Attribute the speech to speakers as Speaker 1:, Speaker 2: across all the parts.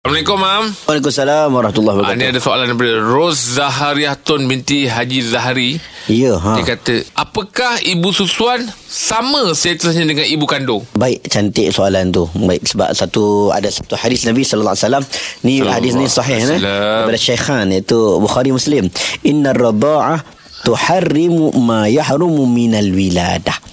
Speaker 1: Assalamualaikum, Mam.
Speaker 2: Waalaikumsalam warahmatullahi
Speaker 1: Ah,
Speaker 2: wabarakatuh.
Speaker 1: Ini ada soalan daripada Rose Zahariatun binti Haji Zahari.
Speaker 2: Ya, ha.
Speaker 1: Dia kata, apakah ibu susuan sama statusnya dengan ibu kandung?
Speaker 2: Baik, cantik soalan tu. Baik sebab satu ada satu hadis Nabi sallallahu alaihi wasallam. Ni
Speaker 1: Sallallahu
Speaker 2: hadis ni sahih
Speaker 1: alaihi
Speaker 2: eh.
Speaker 1: wasallam.
Speaker 2: Daripada Syekhan iaitu Bukhari Muslim. Innar radha'ah tuharrimu ma yahrumu minal wiladah.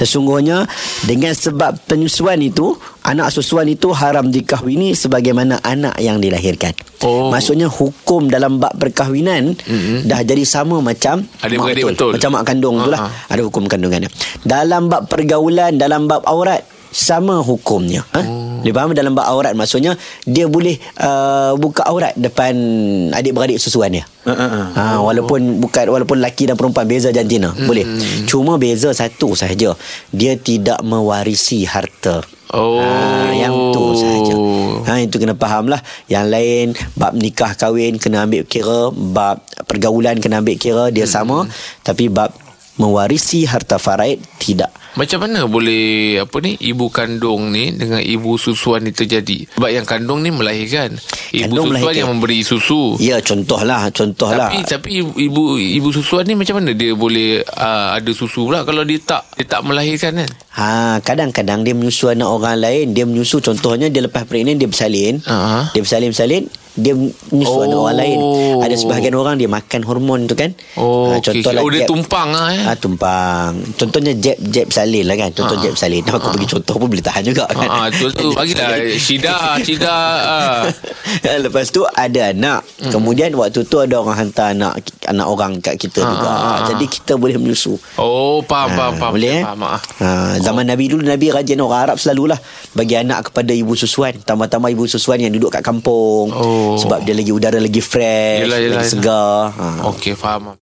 Speaker 2: Sesungguhnya dengan sebab penyusuan itu anak susuan itu haram dikahwini sebagaimana anak yang dilahirkan.
Speaker 1: Oh.
Speaker 2: Maksudnya hukum dalam bab perkahwinan mm-hmm. dah jadi sama macam
Speaker 1: Adik
Speaker 2: mak
Speaker 1: beradik betul.
Speaker 2: Macam mak kandung tu lah
Speaker 1: Ha-ha.
Speaker 2: ada hukum kandungan dia. Dalam bab pergaulan, dalam bab aurat sama hukumnya. Ha? Oh. Dia faham dalam bab aurat maksudnya dia boleh uh, buka aurat depan adik-beradik susuan dia. Uh, uh, uh. Ha walaupun bukan walaupun lelaki dan perempuan beza jantina, hmm. boleh. Cuma beza satu sahaja. Dia tidak mewarisi harta.
Speaker 1: Oh.
Speaker 2: Ha, yang tu sahaja. Ha itu kena faham lah Yang lain Bab nikah kahwin Kena ambil kira Bab pergaulan Kena ambil kira Dia hmm. sama Tapi bab Mewarisi harta faraid Tidak
Speaker 1: Macam mana boleh apa ni ibu kandung ni dengan ibu susuan ni terjadi? Sebab yang kandung ni melahirkan. Ibu kandung
Speaker 2: Kandung
Speaker 1: susuan
Speaker 2: melahirkan.
Speaker 1: yang memberi susu.
Speaker 2: Ya contohlah Contohlah
Speaker 1: Tapi tapi ibu- ibu ibu susuan ni macam mana dia boleh uh, ada susu pula kalau dia tak dia tak melahirkan kan?
Speaker 2: Ha, kadang-kadang dia menyusu anak orang lain. Dia menyusu contohnya dia lepas pregnant dia bersalin.
Speaker 1: Ah.
Speaker 2: Dia bersalin-salin dia menyusu oh. anak
Speaker 1: Oh.
Speaker 2: orang lain. Ada sebahagian orang dia makan hormon tu kan.
Speaker 1: Oh,
Speaker 2: Ha,
Speaker 1: okey, okey. Oh, dia tumpang lah, eh.
Speaker 2: Ha, tumpang. Contohnya jeb jeb salin lah kan. Contoh
Speaker 1: Ah.
Speaker 2: jeb salin. Aku bagi contoh pun boleh tahan juga kan.
Speaker 1: Ha ah, tu tu bagilah Syida Syida ah.
Speaker 2: Lepas tu ada anak. Hmm. Kemudian waktu tu ada orang hantar anak anak orang kat kita juga.
Speaker 1: ah, ah, ah.
Speaker 2: Jadi kita boleh menyusu.
Speaker 1: Oh faham faham
Speaker 2: Ha,
Speaker 1: faham.
Speaker 2: Boleh eh?
Speaker 1: Faham ah.
Speaker 2: ha, Zaman Nabi dulu Nabi rajin orang Arab selalulah Bagi anak kepada ibu susuan Tambah-tambah ibu susuan yang duduk kat kampung
Speaker 1: Oh.
Speaker 2: Sebab dia lagi udara lagi fresh
Speaker 1: Yelah, yelah,
Speaker 2: Lagi
Speaker 1: yelah.
Speaker 2: segar ha.
Speaker 1: Okey faham.